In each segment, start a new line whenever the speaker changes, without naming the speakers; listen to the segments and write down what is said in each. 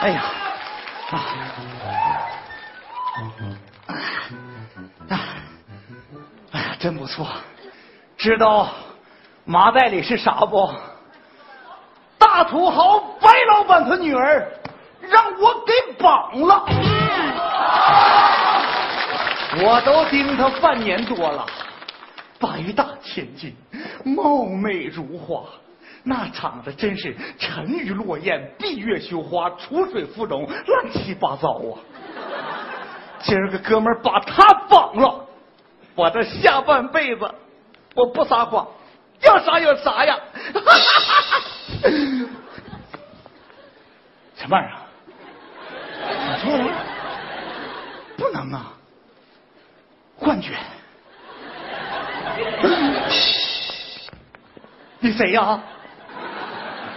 哎呀，啊啊哎呀，真不错，知道麻袋里是啥不？大土豪白老板他女儿让我给绑了，我都盯他半年多了。白大千金，貌美如花，那长得真是沉鱼落雁、闭月羞花、楚水芙蓉，乱七八糟啊！今儿个哥们儿把他绑了，我这下半辈子我不撒谎，要啥有啥呀！什么玩意儿啊？你说我不能啊！幻觉。 你谁呀、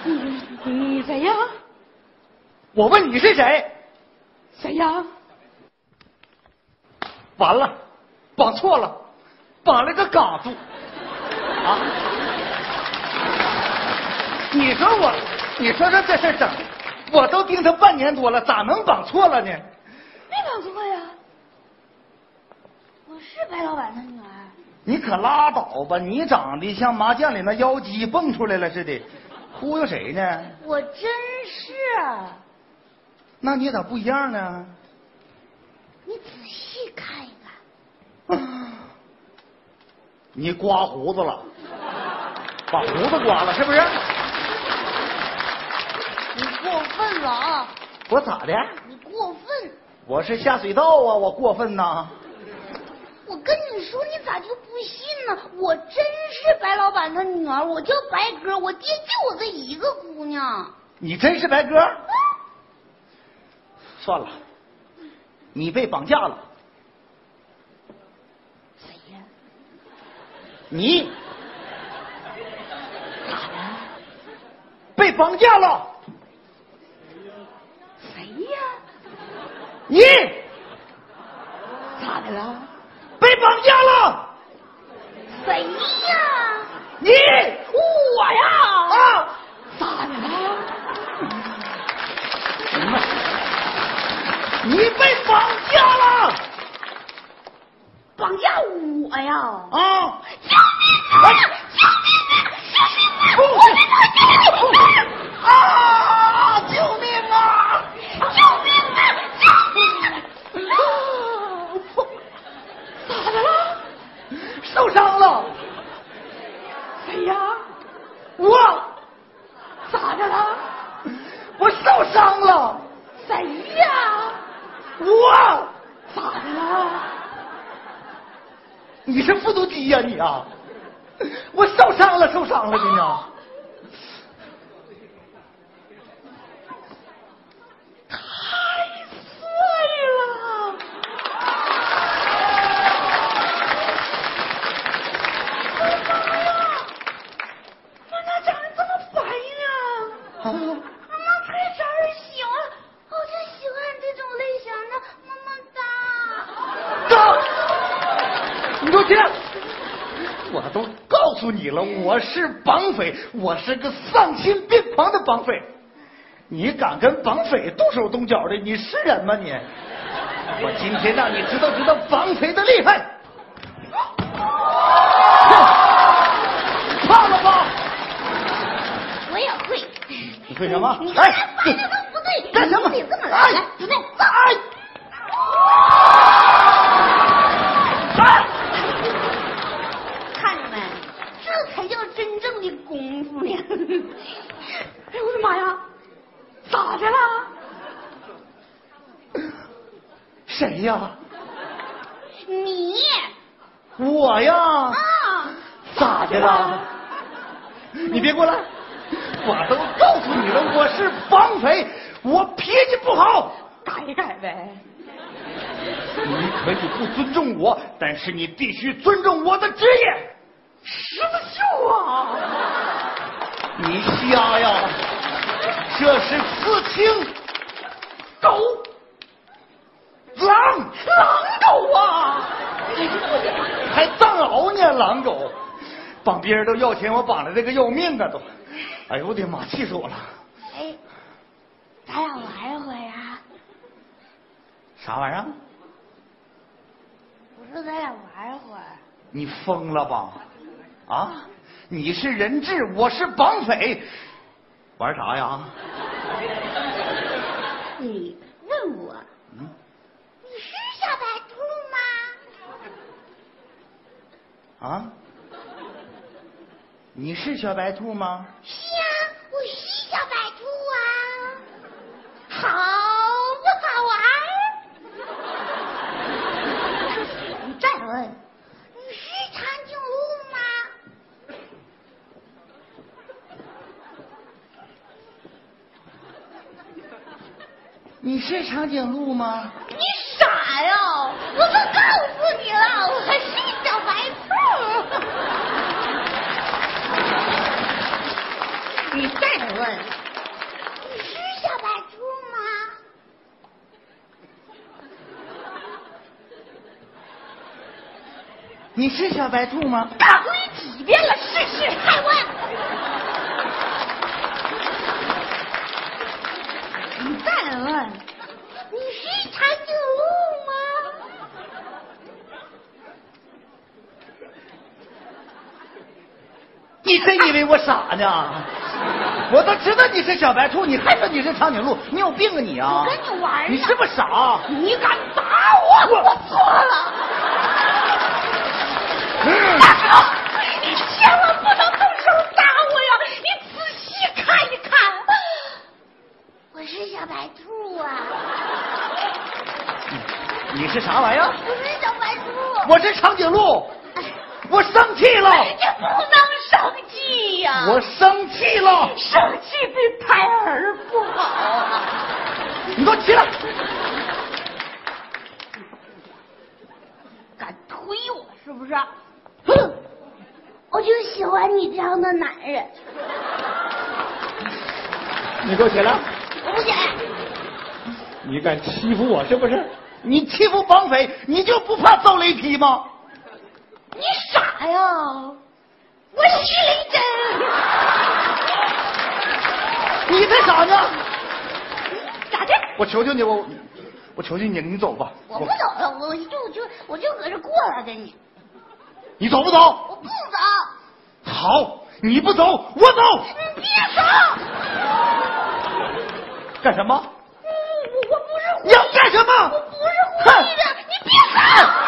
你你谁呀？
我问你是谁？
谁呀？
完了，绑错了，绑了个嘎住。啊！你说我，你说说这事儿整的，我都盯他半年多了，咋能绑错了呢？
没搞错呀，我是白老板的女儿。
你可拉倒吧！你长得像麻将里那妖姬蹦出来了似的，忽悠谁呢？
我真是，啊
那你咋不一样呢？
你仔细看一看，
你刮胡子了，把胡子刮了是不是？
你过分了啊！
我咋的？
你过分！
我是下水道啊！我过分呐？
我跟你说，你咋就不信呢？我真是白老板他女儿，我叫白鸽，我爹就我这一个姑娘。
你真是白鸽？算了，你被绑架了。
谁呀？
你被绑架了。
谁呀？
你
咋的了？
被绑架了。
谁呀？
你
我呀！
啊！
咋的了？
你被绑架了
绑架我呀！
啊！
救命啊！救命啊！小心啊！我被绑架了！
啊！救命啊！
救命啊！救命啊！咋的了？
受伤了，
谁呀？
我
咋的了？
我受伤了，
谁呀？
我
咋的了？
你是复读机呀、你啊！我受伤了，受伤了，你啊！
碎了！我妈呀！妈，咋长得这么白呀？
啊
妈妈开始喜欢，我就喜欢这种类型的，么
哥，你给
么哒。
我起来！我都告诉你了，我是绑匪，我是个丧心病狂的绑匪。你敢跟绑匪动手动脚的，你是人吗你？我今天让你知道知道绑匪的厉害。哼怕了吧？
我也会。
你会什么
你？
哎
看，白的都不对，
干什么
你得这么
哎
来，来，准备，走。
哎哎
看着没，这才叫真正的功夫呢！ 哎呦我的妈呀，咋的啦？
谁呀？
你
我呀
啊，，
咋的了？你别过来！我都告诉你了，我是绑匪，我脾气不好。
改一改呗。
你可以不尊重我，但是你必须尊重我的职业。
师傅啊，
你瞎呀？这是刺青，狗，狼，
狼狗啊！
还藏獒呢，狼狗，绑别人都要钱，我绑了这个要命啊都！哎呦我的妈，气死我了！
哎，咱俩玩一回。
啥玩意儿？
我说咱俩玩一会儿。
你疯了吧？啊，你是人质，我是绑匪，玩啥呀？
你问我，
嗯，
你是小白兔吗？
啊，你是小白兔吗？
是啊，我是小白兔啊，好不好玩 儿？你再
哎
问，你是长颈鹿吗？
你是长颈鹿吗？
你傻呀！我都告诉你了，我是小白兔。你再问，你是小白兔吗？
你是小白兔吗？
打过你几遍了？是是，害问。你再问，你是长颈鹿吗？
你真以为我傻呢？我都知道你是小白兔，你还说你是长颈鹿，你有病啊你啊！
我跟你玩呢
你是不是傻？
你敢打我？我错了，
嗯
大哥，你千万不能动手打我呀！你仔细看一看，我是小白兔啊，
你是啥玩意儿？
我是小白兔。
我是长颈鹿，我生气了，
这哎不能生气呀、
我生气了，
生气对胎儿不好啊！
你给我起来！
敢推我是不是？哼！我就喜欢你这样的男人。
你给我起来！
我不行，
你敢欺负我是不是？
你欺负绑匪，你就不怕遭雷劈吗？
你傻呀！我是雷针，
你才傻呢！
咋的？
我求求你，我我求求你，你走吧。
我不走了，我就就我就搁这过了，跟你，
你走不走？
我不走，
好，你不走，我走。
你别走，
干什么？
嗯我我不是
你要干什么？
我不是故意的，你别走。哎